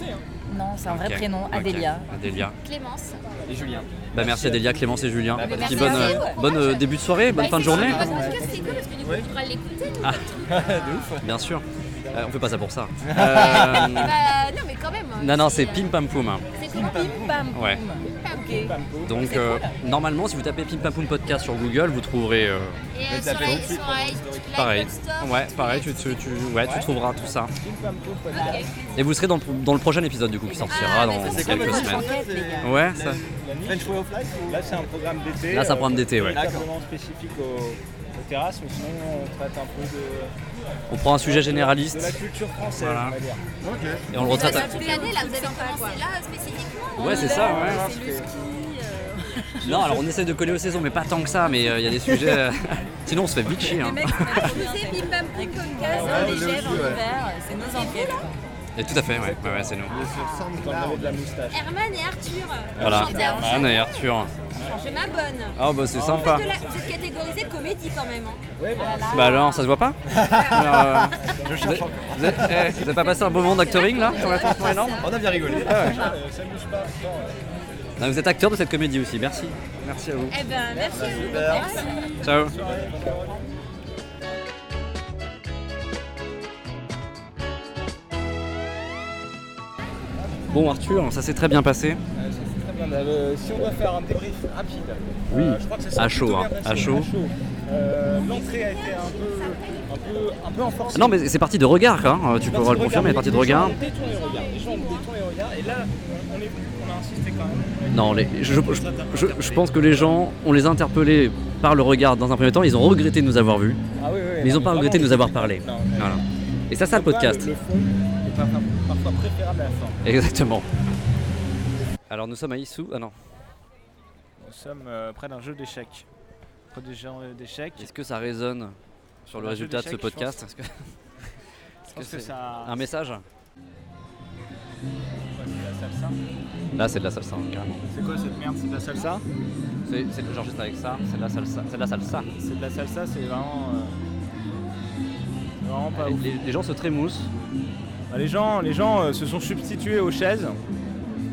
M: Non, c'est un vrai
B: Ok,
M: prénom,
B: ok.
M: Adélia.
B: Adélia.
K: Clémence.
L: Et Julien.
B: Bah, merci Adélia, Clémence et Julien.
L: Bah,
B: Puis
L: merci
B: bonne,
L: à
B: euh,
L: vous.
B: bonne euh, début de soirée, bonne
K: Bah,
B: fin de
K: c'est
B: journée.
K: cool, votre podcast, c'est cool parce que du coup, on pourra l'écouter. nous.
B: Ah,
L: de
B: bien sûr. Euh, on fait pas ça pour ça.
K: Bah,
B: Euh,
K: non, mais quand même.
B: non, non,
K: si,
B: c'est
K: euh,
B: Pim Pam Poum.
K: C'est
N: Pim pam poum.
M: Pam, poum.
B: Ouais.
M: Ok.
B: Donc euh, normalement, si vous tapez Pim Pam Poum Podcast sur Google, vous trouverez. euh,
K: Et euh, sur, la- sur la-
B: pareil.
K: Store,
B: Ouais, pareil. Tu, tu- tu- ouais, tu trouveras tout ça.
K: Ok.
B: Et vous serez dans, le- dans le prochain épisode du coup qui sortira dans
L: Ah, C'est quoi
B: quelques
L: votre
B: semaines.
L: enquête, les gars
B: Ouais. Ça...
L: French Way of Life
C: Là, c'est un programme d'été.
B: Là, c'est un
C: euh,
B: programme d'été, ouais.
C: Véritablement spécifique aux, aux terrasses, mais sinon, on traite un peu de.
B: On prend un sujet généraliste.
C: De la culture française,
B: Voilà.
C: on va dire.
B: Et on le retraite. à-
K: Toute l'année, là, vous avez commencé là spécifiquement.
B: Ouais,
K: en
B: c'est
K: hiver,
B: ça, ouais.
K: C'est le ski. euh,
B: Non, alors on essaie de coller aux saisons, mais pas tant que ça. Mais il y a des sujets. euh, Sinon, on se fait vite chier. hein.
M: Les mecs, vous savez, bim bam poum
L: Ah,
M: podcast,
B: Ouais,
M: on les
B: le
M: gève en
B: aussi, ouais.
M: hiver, c'est nos enquêtes.
B: Et tout à fait, ouais, ouais, ouais, c'est nous.
C: de la moustache.
K: Herman et Arthur.
B: Voilà.
K: Chanteurs.
B: Anne et Arthur.
K: Je m'abonne.
B: Ah, bah,
K: Oh,
B: c'est sympa.
K: Vous êtes de la- Vous êtes catégorisé comédie quand même. hein. Ouais,
B: Bah alors, ça se voit pas Alors, euh,
K: Je
B: vous
K: cherche
B: êtes-
K: encore.
B: Vous êtes- eh, vous avez pas passé un bon moment d'actoring là sur la France Moyen-Orne
L: On a bien rigolé.
C: Ça bouge pas.
B: Non, Vous êtes acteur de cette comédie aussi, merci. Merci à vous.
K: Eh ben, merci à vous.
L: Super.
K: Merci.
B: Ciao. Bon Arthur, ça s'est très bien passé.
C: Très bien, euh, si on doit faire un débrief rapide,
B: Oui.
C: euh, je crois que ça s'est
B: À chaud,
C: plutôt bien
B: hein,
C: passé,
B: à chaud.
C: Euh, L'entrée a été un peu, un peu, un peu enforcée.
B: Non mais c'est parti de regard, hein, tu
C: Partie
B: peux le
C: de regard,
B: confirmer,
C: les-
B: parti de
C: les gens
B: regard.
C: ont détourné le regard, les gens ont détourné le regard, et là, on est venu, on a insisté quand même.
B: Non, les- je, je- je- je pense que les gens, on les a interpellés par le regard dans un premier temps, ils ont regretté de nous avoir vus,
C: Ah oui, oui,
B: mais ils
C: non,
B: n'ont pas
C: mais
B: regretté de
C: vraiment,
B: nous avoir parlé.
C: non,
B: Voilà. Et ça, ça le
C: Parfois,
B: podcast.
C: Le, fond est parfois, parfois préférable à la forme.
B: Exactement. Alors nous sommes à Issou. Ah non.
C: Nous sommes euh, près d'un jeu d'échecs. Près des gens euh, d'échecs.
B: Est-ce que ça résonne sur le
C: Un jeu
B: résultat de ce
C: d'échecs, je
B: podcast
C: pense. Ah.
B: Est-ce que-
C: Je
B: est-ce
C: pense que
B: c'est
C: ça-
B: un message
C: Ouais, c'est la salsa.
B: Là, c'est de la salsa, carrément.
C: C'est quoi cette merde C'est de la salsa
B: C'est c'est- genre juste avec ça, c'est de la salsa. C'est de la salsa.
C: C'est de la salsa, c'est vraiment. euh, c'est vraiment pas ouf.
B: Les, les gens se trémoussent.
C: Bah, les gens, les gens euh, se sont substitués aux chaises.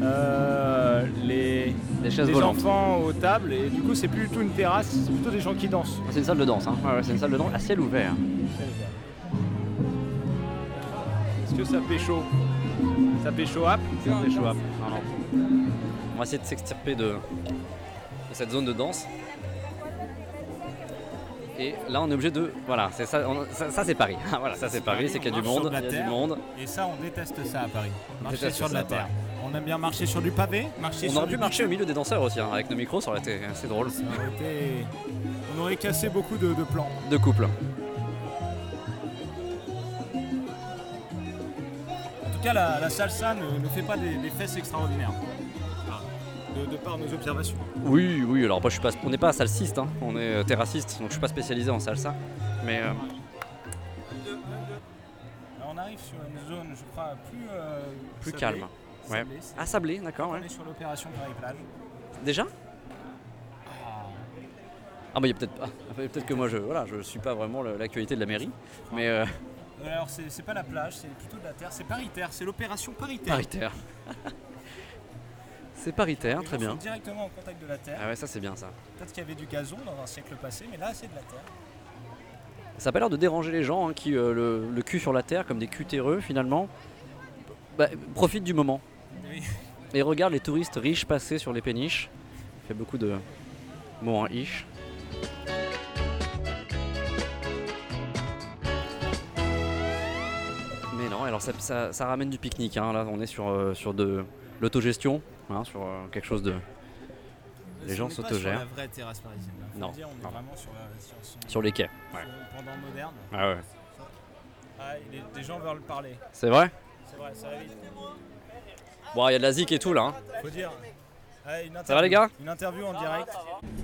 C: Euh, les,
B: Des chaises
C: les
B: volantes.
C: enfants aux tables et du coup c'est plus du tout une terrasse, c'est plutôt des gens qui dansent.
B: C'est une salle de danse, hein. Ouais, ouais, c'est une salle de danse à ciel ouvert.
C: Est-ce que ça pécho Ça pécho app Ça pécho app.
B: Non, non. On va essayer de s'extirper de, de cette zone de danse. Et là, on est obligé de. Voilà, c'est ça, on- ça, ça, c'est Paris. Ah, voilà, ça c'est Paris, c'est qu'il y a
N: on
B: du
N: marche sur
B: monde,
N: de la
B: il y a du
N: terre,
B: monde.
N: Et ça, on déteste ça à Paris.
B: On
N: Marcher
B: déteste
N: sur de
B: ça
N: la
B: à Paris.
N: terre. On aime bien marcher sur du pavé, marcher
B: On
N: sur
B: aurait
N: du
B: pu marcher au milieu des danseurs aussi, hein, avec nos micros, ça aurait été assez drôle.
N: Et On aurait cassé beaucoup de, de plans.
B: De couple.
N: En tout cas, la, la salsa ne, ne fait pas des, des fesses extraordinaires. Ah. De, de par nos observations.
B: Oui, oui, alors moi je suis pas, on n'est pas salsiste, hein, on est euh, terrassiste, donc je suis pas spécialisé en salsa. Mais euh,
N: Alors, on arrive sur une zone, je crois, plus, euh,
B: plus
N: sablée.
B: calme. Ouais.
N: Sablée, c'est-
B: Ah, sablé, d'accord, ouais.
N: On est sur l'opération Paris-Plage.
B: Déjà Ah, bah il y a peut-être pas. Peut-être que moi je, voilà, je suis pas vraiment le- l'actualité de la mairie, mais euh,
N: Euh, Alors, c'est c'est pas la plage, c'est plutôt de la terre, c'est paritaire, c'est l'opération paritaire.
B: paritaire. C'est paritaire,
N: Les
B: très
N: gens
B: bien.
N: sont directement en contact de la terre.
B: Ah ouais, ça c'est bien ça.
N: Peut-être qu'il y avait du gazon dans un siècle passé, mais là, c'est de la terre.
B: Ça a pas l'air de déranger les gens hein, qui euh, le, le cul sur la terre comme des cutéreux finalement. Bah, profite du moment.
N: Oui.
B: Et regarde les touristes riches passer sur les péniches. Ça fait beaucoup de mots en ish. Mais non, alors ça, ça- ça ramène du pique-nique. hein. Là, on est sur, euh, sur de l'autogestion, hein, sur euh, quelque chose de. Les gens
N: On n'est pas
B: s'autogèrent.
N: Sur la vraie terrasse parisienne. là. Faut
B: Non,
N: le dire, on
B: non.
N: est vraiment sur, la- sur son-
B: Sur les quais,
N: son
B: ouais.
N: pendant moderne.
B: Ah ouais.
N: Ah, il est- des gens veulent parler.
B: C'est vrai
N: C'est vrai, ça va vite.
B: Bon, il y a de la zik et tout là. hein.
N: Faut dire. Ah, une
B: Ça va, les gars
N: interview- Une interview en direct.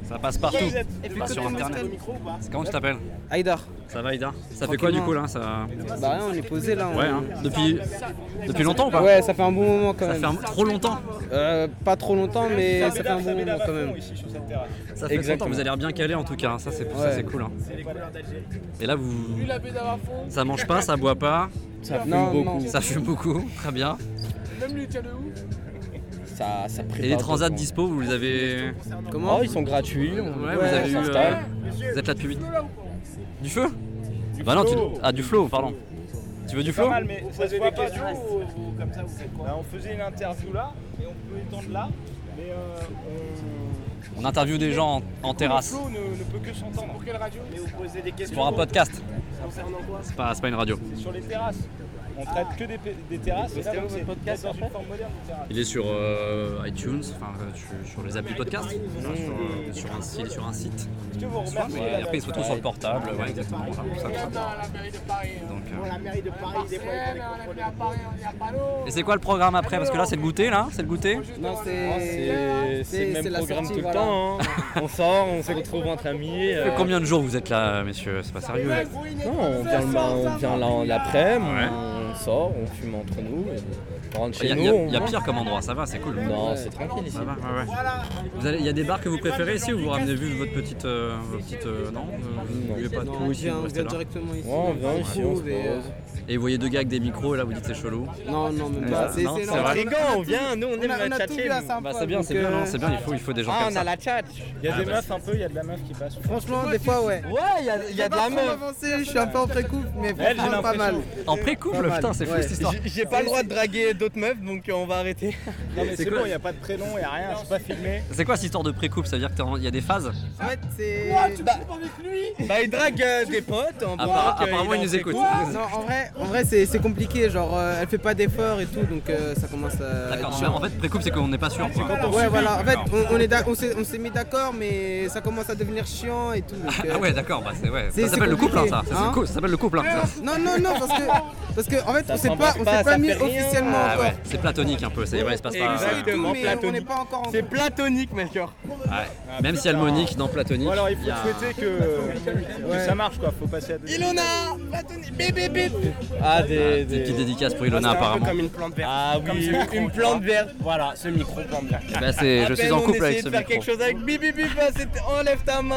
B: Ça passe partout.
N: Et vous êtes-
B: Ça
N: et
B: passe
N: puis
B: sur
N: côté
B: internet.
N: Moscou, micro ou pas
B: Comment tu t'appelles
O: Aïdar.
B: Ça va Aïdar Ça fait quoi du coup là ça...
O: Bah rien, on est posé là. on-
B: Ouais, hein. depuis... depuis longtemps ou pas
O: Ouais, ça fait un bon moment quand
B: Ça
O: même.
B: fait un- trop longtemps
O: Euh, Pas trop longtemps, mais ça fait un bon moment quand même.
B: Ça fait longtemps, vous avez l'air bien calé en tout cas, hein. ça c'est ça,
O: Ouais.
B: c'est cool. hein.
N: les couleurs d'Algérie.
B: Et là vous...
N: Plus la baie d'Arafon.
B: Ça mange pas, ça boit pas
N: Ça fume Non, beaucoup. non.
B: Ça fume beaucoup, très bien.
N: Même lui, tiens de où
O: Ça, ça prépare
B: Et les transats
O: beaucoup.
B: dispo, vous les avez...
O: Comment Oh, ils sont gratuits.
B: Ouais,
O: on-
B: vous avez eu...
O: on
B: euh,
O: s'installe.
B: Vous êtes là depuis... Du feu Bah non, tu... Ah du flow, pardon. Tu veux du
C: C'est
B: flow
C: pas mal, mais ça se
P: posez
C: voit
P: des
C: pas
P: questions
C: trop,
N: euh,
C: ou- ou comme ça, vous faites quoi Là, Bah, On faisait une interview là, et on peut étendre là, mais euh,
B: On interview des gens en, en terrasse.
C: Flo ne, ne peut que s'entendre. Pour quelle radio Mais vous posez des questions.
B: pour un podcast.
C: Concernant quoi
B: C'est pas, c'est pas une radio.
C: C'est sur les terrasses. On traite que des, pe- des terrasses. Et là, donc, c'est podcast dans une forme moderne de terrasse.
B: Il est sur euh, iTunes, enfin euh, sur- sur les applis podcast, enfin, sur, euh, sur un, il est sur un site.
C: que vous remerciez
B: Et
C: la
B: après il se retrouve sur le
C: dame
B: portable, ouais exactement. voilà, comme ça, comme ça. Donc, euh,
C: la mairie de Paris, des fois, ils ont des
B: Et c'est quoi le programme après Parce que là c'est le goûter là, c'est le goûter
H: Non,
B: c'est-
H: Ah, c'est
B: c'est le même
H: c'est la
B: programme
H: sortie,
B: tout le
H: voilà.
B: temps,
H: hein. on sort, on se retrouve entre amis.
B: Ça fait Combien de jours vous êtes là, messieurs C'est pas sérieux.
H: Non, on vient, le- on vient là- l'après-midi, on sort, on fume entre nous, et on rentre
B: Il y,
H: chez
B: a-
H: nous.
B: il y a-
H: on-
B: il y a pire comme endroit, ça va, c'est cool.
H: Non, c'est tranquille ici.
B: Ça va, ouais, ouais. Vous allez- Il y a des bars que vous préférez ici ou vous ramenez vu votre petite. euh, votre petite, euh, non Vous
H: Non.
B: voulez pas de
H: Non,
B: tout,
H: on
B: vous
H: vient- on
B: restez
H: vient
B: là
H: directement ici, Ouais, on vient on ici, on se euh, trouve et, pose.
B: Et vous voyez deux gars avec des micros et là vous dites c'est chelou.
H: Non, non, même
B: Euh,
H: pas. C'est-
B: non,
H: c'est
B: vrai.
H: intriguant, on vient, nous, on aime
C: a-
H: la
C: on a tout
H: tchatcher,
C: vu à
H: nous.
C: Saint-Paul,
B: Bah, c'est bien,
H: donc,
B: c'est bien,
H: euh,
B: non, c'est bien, il faut, il faut des gens
H: Ah,
B: comme
H: on
B: ça.
H: a la tchatche.
C: Il y a
B: Ah,
C: des
B: bah,
C: meufs un peu, il y a de la meuf qui passe.
H: Franchement, des fois, ouais. Ouais, il y a,
C: y a de la meuf.
H: Je suis un peu en pré-couple, mais
C: Elle, j'ai
H: franchement, pas mal.
C: l'impression. En
B: pré-couple,
H: Pas mal,
B: putain, c'est fou, cette histoire.
H: J'ai- J'ai pas le droit de draguer d'autres meufs, donc euh, on va arrêter.
C: Non, mais c'est bon, il n'y a pas de prénom, il n'y a rien, c'est pas filmé.
B: C'est quoi cette histoire de pré-coupe Ça veut dire qu'il y a des phases
H: En fait, c'est. Bah- Bah, il drague euh, des potes. En
B: Appara-
H: bloc, euh,
B: apparemment,
H: est
B: il
H: en
B: nous écoute.
H: pré-couple. Non, en vrai, en vrai c'est c'est compliqué. Genre, euh, elle fait pas d'efforts et tout, donc euh, ça commence à.
B: D'accord,
H: être
B: non, mais
H: chiant.
B: en fait, pré-coupe, c'est qu'on n'est pas sûr. quoi.
H: Ouais, voilà, en fait, on, on est d'ac- on s'est on s'est mis d'accord, mais ça commence à devenir chiant et tout. donc, euh,
B: Ah ouais, d'accord, bah, c'est- ouais.
H: C'est-
B: ça s'appelle
H: c'est
B: le couple, hein,
H: compliqué,
B: ça. Ça, c'est
H: hein
B: le cou- ça s'appelle le couple. hein.
H: Non, non, non, parce que, parce que en fait,
B: Ça
H: on s'est pas,
B: s'embrasse
H: on
B: pas,
H: s'est
B: ça
H: pas mis
B: fait rien.
H: officiellement
B: Ah
H: encore.
B: ouais, c'est platonique un peu, c'est ouais, il se passe pas.
H: Exactement,
B: ouais.
H: mais on n'est pas encore en C'est platonique, Melchior.
B: Ouais. Même si elle monique dans platonique.
C: Ou alors, il
B: il y
C: faut
B: a-
C: souhaiter que, que ça marche, quoi. Faut passer à des.
H: Ilona Platonique Bébé, bébé
B: Ah, des, petites dédicaces
H: Ah,
B: pour Ilona, apparemment.
C: plante verte. Ah
H: oui, une plante
C: verte. Voilà, ce micro plante verte.
B: Bah, c'est- je
H: À
B: suis
H: peine
B: en
H: Ah, ben, on
B: couple avec
H: essayait
B: ce
H: de faire
B: micro.
H: quelque chose avec Bibi Biba, c'était enlève ta main.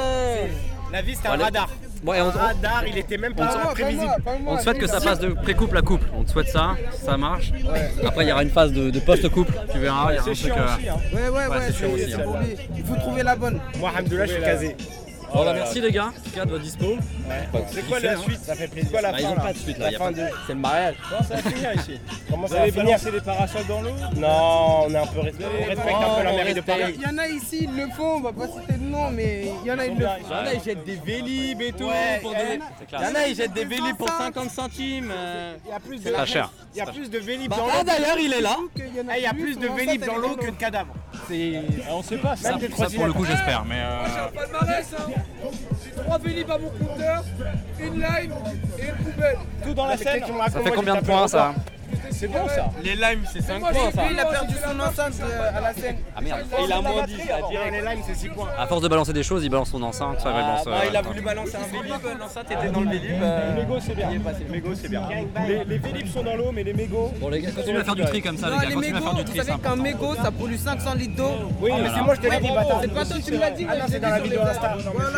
C: La vie, c'est
B: un Allez. radar. Ouais, on-
C: Un radar, il était même
B: on te-
C: pas prévisible.
B: On te souhaite que ça passe de pré-couple à couple. On te souhaite ça, ça marche. Après, il y aura une phase de, de post-couple. Tu verras, il y aura un
C: C'est
B: truc.
C: chiant
B: euh,
C: aussi, hein.
H: Ouais, ouais, ouais,
B: c'est chiant
H: c'est-
B: aussi.
H: c'est
B: hein.
H: pour lui. Il faut trouver la bonne.
C: Moi, Hamdoullah, je suis casé.
B: Bon, bah, merci les gars, en tout cas, de votre dispo.
C: C'est quoi la suite Ça fait plaisir. C'est quoi la
B: Bah, ils
C: fin
B: ont pas de suite, là, y
C: La
B: a
C: fin
B: pas
C: de.
B: de-
H: C'est le mariage.
C: Comment Ah, ça va finir ici Comment
H: ça va finir
C: C'est des parasols dans l'eau Non, on est un peu respect. On respecte un peu la mairie de Paris.
H: Il y en a ici, ils le font, on va pas citer de nom, mais il y en a, ils le font.
C: Il y en a, ils jettent
H: des vélib et
C: tout Ouais, pour des- c'est classe.
H: Il y en a, ils jettent des vélib pour
C: 50
H: 50 centimes.
C: Il y a plus
H: C'est
C: de-
H: pas cher.
C: Il y a plus de vélib
H: Bah,
C: dans l'eau.
H: ah, d'ailleurs, il est là.
C: Eh, Il y a plus de
H: Comment ça,
C: vélib
H: t'as
C: dans
H: des
C: l'eau que de cadavres. Ah, On sait pas,
B: Ça, ça, pour le coup, j'espère. Mais euh,
P: Palmarès, hein J'ai trois vélib à mon compteur, une lime et une poubelle.
C: Tout dans la scène.
B: ça fait combien de points ça
C: C'est bon ça.
H: Les limes, c'est 5
C: Moi, j'ai vu,
H: Il a perdu son enceinte euh, à la scène.
B: Ah merde.
H: Il a moins
C: dit, Les limes, c'est 6 points.
B: À force de balancer des choses, il balance son enceinte. ça, il balance, euh,
H: Ah, il a voulu balancer un vélib, l'enceinte était dans le vélib.
C: Les mégots, c'est bien. Les mégots, c'est bien. Les, les vélib sont dans l'eau, mais les mégots.
B: Bon, les gars, continuez à faire du tri comme ça, les
H: Non,
B: gars.
H: les
B: Continuez à
H: mégots,
B: faire du
H: vous
B: tri.
H: savez qu'un mégot ça pollue 500 litres d'eau.
C: Oui, Ah, mais c'est moi, je te l'ai dit, bâtard.
H: C'est pas toi qui me l'as dit,
C: Ah non,
H: mais
C: c'est dans la vidéo Insta.
H: Voilà.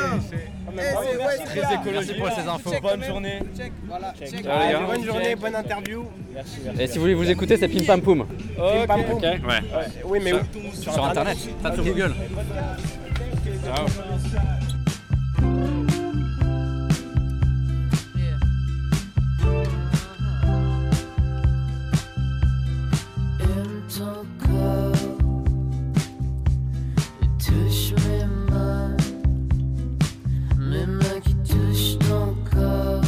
H: Eh, c'est- ouais, c'est
C: Très
H: clair.
C: écologique.
H: Check quand
C: Bonne
H: même.
C: journée. hein.
H: Check, voilà, check.
B: Ciao, les gars.
C: Bonne journée, bonne interview. Merci, merci.
B: Et si vous voulez vous écouter, c'est Pim Pam Poum.
C: Ok.
B: Ok, ouais.
C: Oui, mais où
B: Sur, sur internet, pas sur Google.
A: Elle ton corps et touche mes mains, mes mains qui touchent ton corps.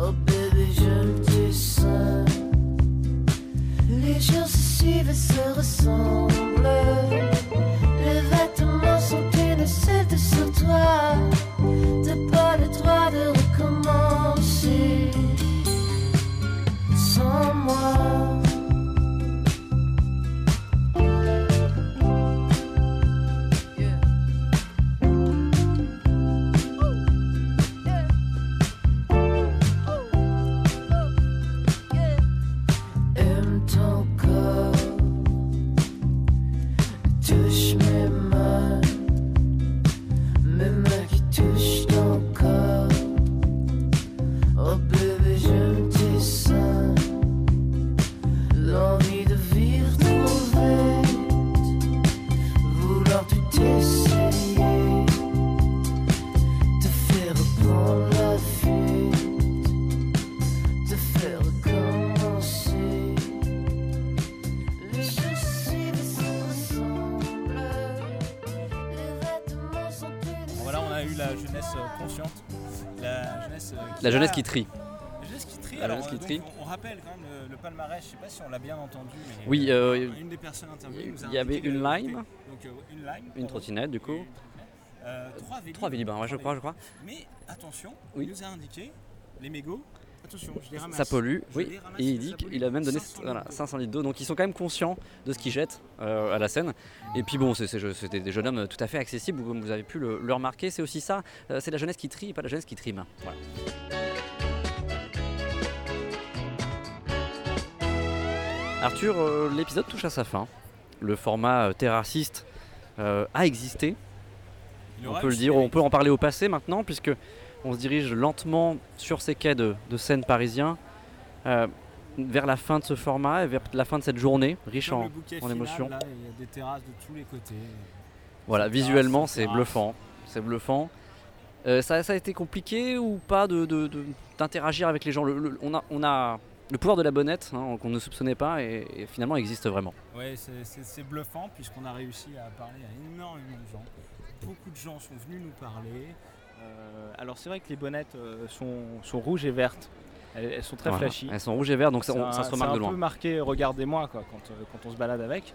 A: Oh bébé, j'aime tes seins. Les jours se suivent et se ressemblent. Les vêtements sont une suite sur toi. T'as pas le droit de recommencer sans moi. Aime ton corps, touche mes mains, mes mains qui touchent ton corps. Oh bébé, j'aime tes seins, l'envie de vivre trop vite, vouloir tout essayer, te faire reprendre la fuite. euh,
C: euh, consciente. La jeunesse, euh,
B: La jeunesse
C: a-
B: qui trie.
C: La jeunesse qui trie.
B: La
C: alors,
B: jeunesse qui
C: euh, donc,
B: trie.
C: On, on rappelle quand même le, le palmarès, je sais pas si on l'a bien entendu. Mais
B: Oui,
C: euh,
B: euh,
C: une des personnes interviewées nous a
B: il y avait
C: indiqué
B: une
C: qu'elle avait
B: lime.
C: goûté. Donc, euh, une lime.
B: Une
C: pardon.
B: trottinette, du coup.
C: Euh, trois Vélib.
B: Trois Vélib, hein, ouais, je crois, je crois.
C: Mais attention,
B: Oui.
C: il nous a indiqué les mégots. Attention, je les ramasse.
B: ça pollue,
C: Je les
B: oui.
C: ramasse
B: Et il
C: parce que
B: dit
C: ça
B: qu'il a même donné 500, litres d'eau, donc ils sont quand même conscients de ce qu'ils jettent euh, à la scène. Et puis bon, c'est- c'est- c'était des jeunes hommes tout à fait accessibles, comme vous avez pu le, le remarquer. C'est aussi ça, euh, c'est la jeunesse qui trie et pas la jeunesse qui trime. Voilà. Arthur, euh, l'épisode touche à sa fin. Le format euh, terraciste euh, a existé.
C: Il
B: On
C: aura
B: peut le
C: existé,
B: dire, on peut en parler au passé maintenant, puisque on se dirige lentement sur ces quais de, de Seine parisien, euh, vers la fin de ce format et vers la fin de cette journée, riche
C: Comme
B: en,
C: le bouquet
B: en
C: final,
B: émotions.
C: là, Il y a des terrasses de tous les côtés.
B: Voilà,
C: Des terrasses,
B: visuellement,
C: des
B: c'est
C: terrasses.
B: bluffant. C'est bluffant. Euh, ça, ça a été compliqué ou pas de- de- de- d'interagir avec les gens Le- le- on, a, on a le pouvoir de la bonnette hein, qu'on ne soupçonnait pas et, et finalement existe vraiment.
C: Ouais, c'est- c'est c'est bluffant puisqu'on a réussi à parler à énormément de gens. Beaucoup de gens sont venus nous parler. Euh, alors c'est vrai que les bonnettes euh, sont, sont rouges et vertes. Elles, elles sont très
B: Voilà.
C: flashy.
B: Elles sont rouges et vertes, donc ça- on-
C: un-
B: ça se remarque
C: c'est
B: de loin.
C: un peu marqué, euh, regardez-moi quoi, quand, euh, quand on se balade avec.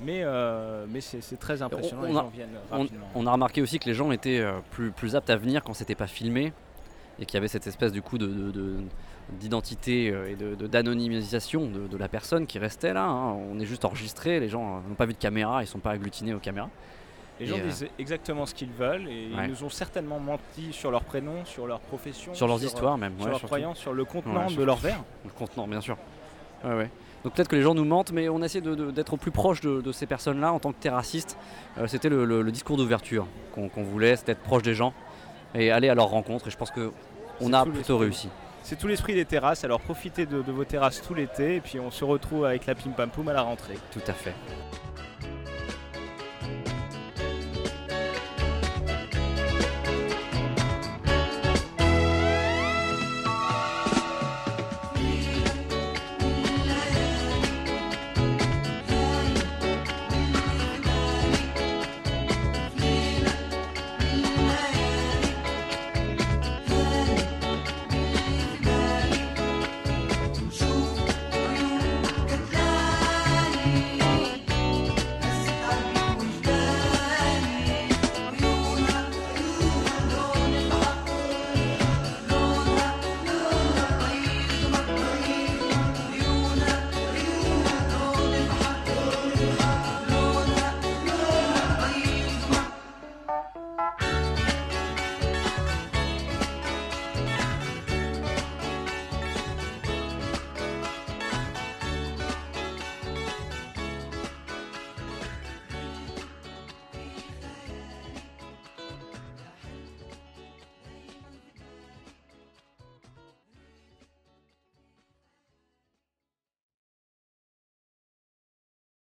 C: Mais, euh, mais c'est c'est très impressionnant. les
B: a,
C: gens viennent euh,
B: on-
C: rapidement.
B: on a remarqué aussi que les gens étaient euh, plus, plus aptes à venir quand c'était pas filmé et qu'il y avait cette espèce du coup de- de- de- d'identité euh, et de- de- d'anonymisation de, de la personne qui restait là. hein. On est juste enregistré, les gens euh, n'ont pas vu de caméra, ils sont pas agglutinés aux caméras.
C: Les gens
B: Et, euh,
C: disent exactement ce qu'ils veulent et
B: ouais.
C: ils nous ont certainement menti sur leur prénom, sur leur profession,
B: sur leurs
C: euh,
B: histoires même,
C: sur
B: ouais,
C: leur
B: surtout.
C: croyance, sur le
B: Ouais,
C: contenant de
B: surtout.
C: leur verre.
B: Le contenant, bien sûr. Ouais, ouais. Donc peut-être que les gens nous mentent, mais on essaie de- de- d'être au plus proche de, de ces personnes-là en tant que terraciste. Euh, c'était le, le- le discours d'ouverture qu'on qu'on voulait, c'était être proche des gens et aller à leur rencontre. Et je pense que on
C: C'est
B: a
C: tout
B: plutôt réussi.
C: l'esprit. C'est tout l'esprit des terrasses, alors profitez de, de vos terrasses tout l'été et puis on se retrouve avec la Pim Pam Poum à la rentrée.
B: Tout à fait.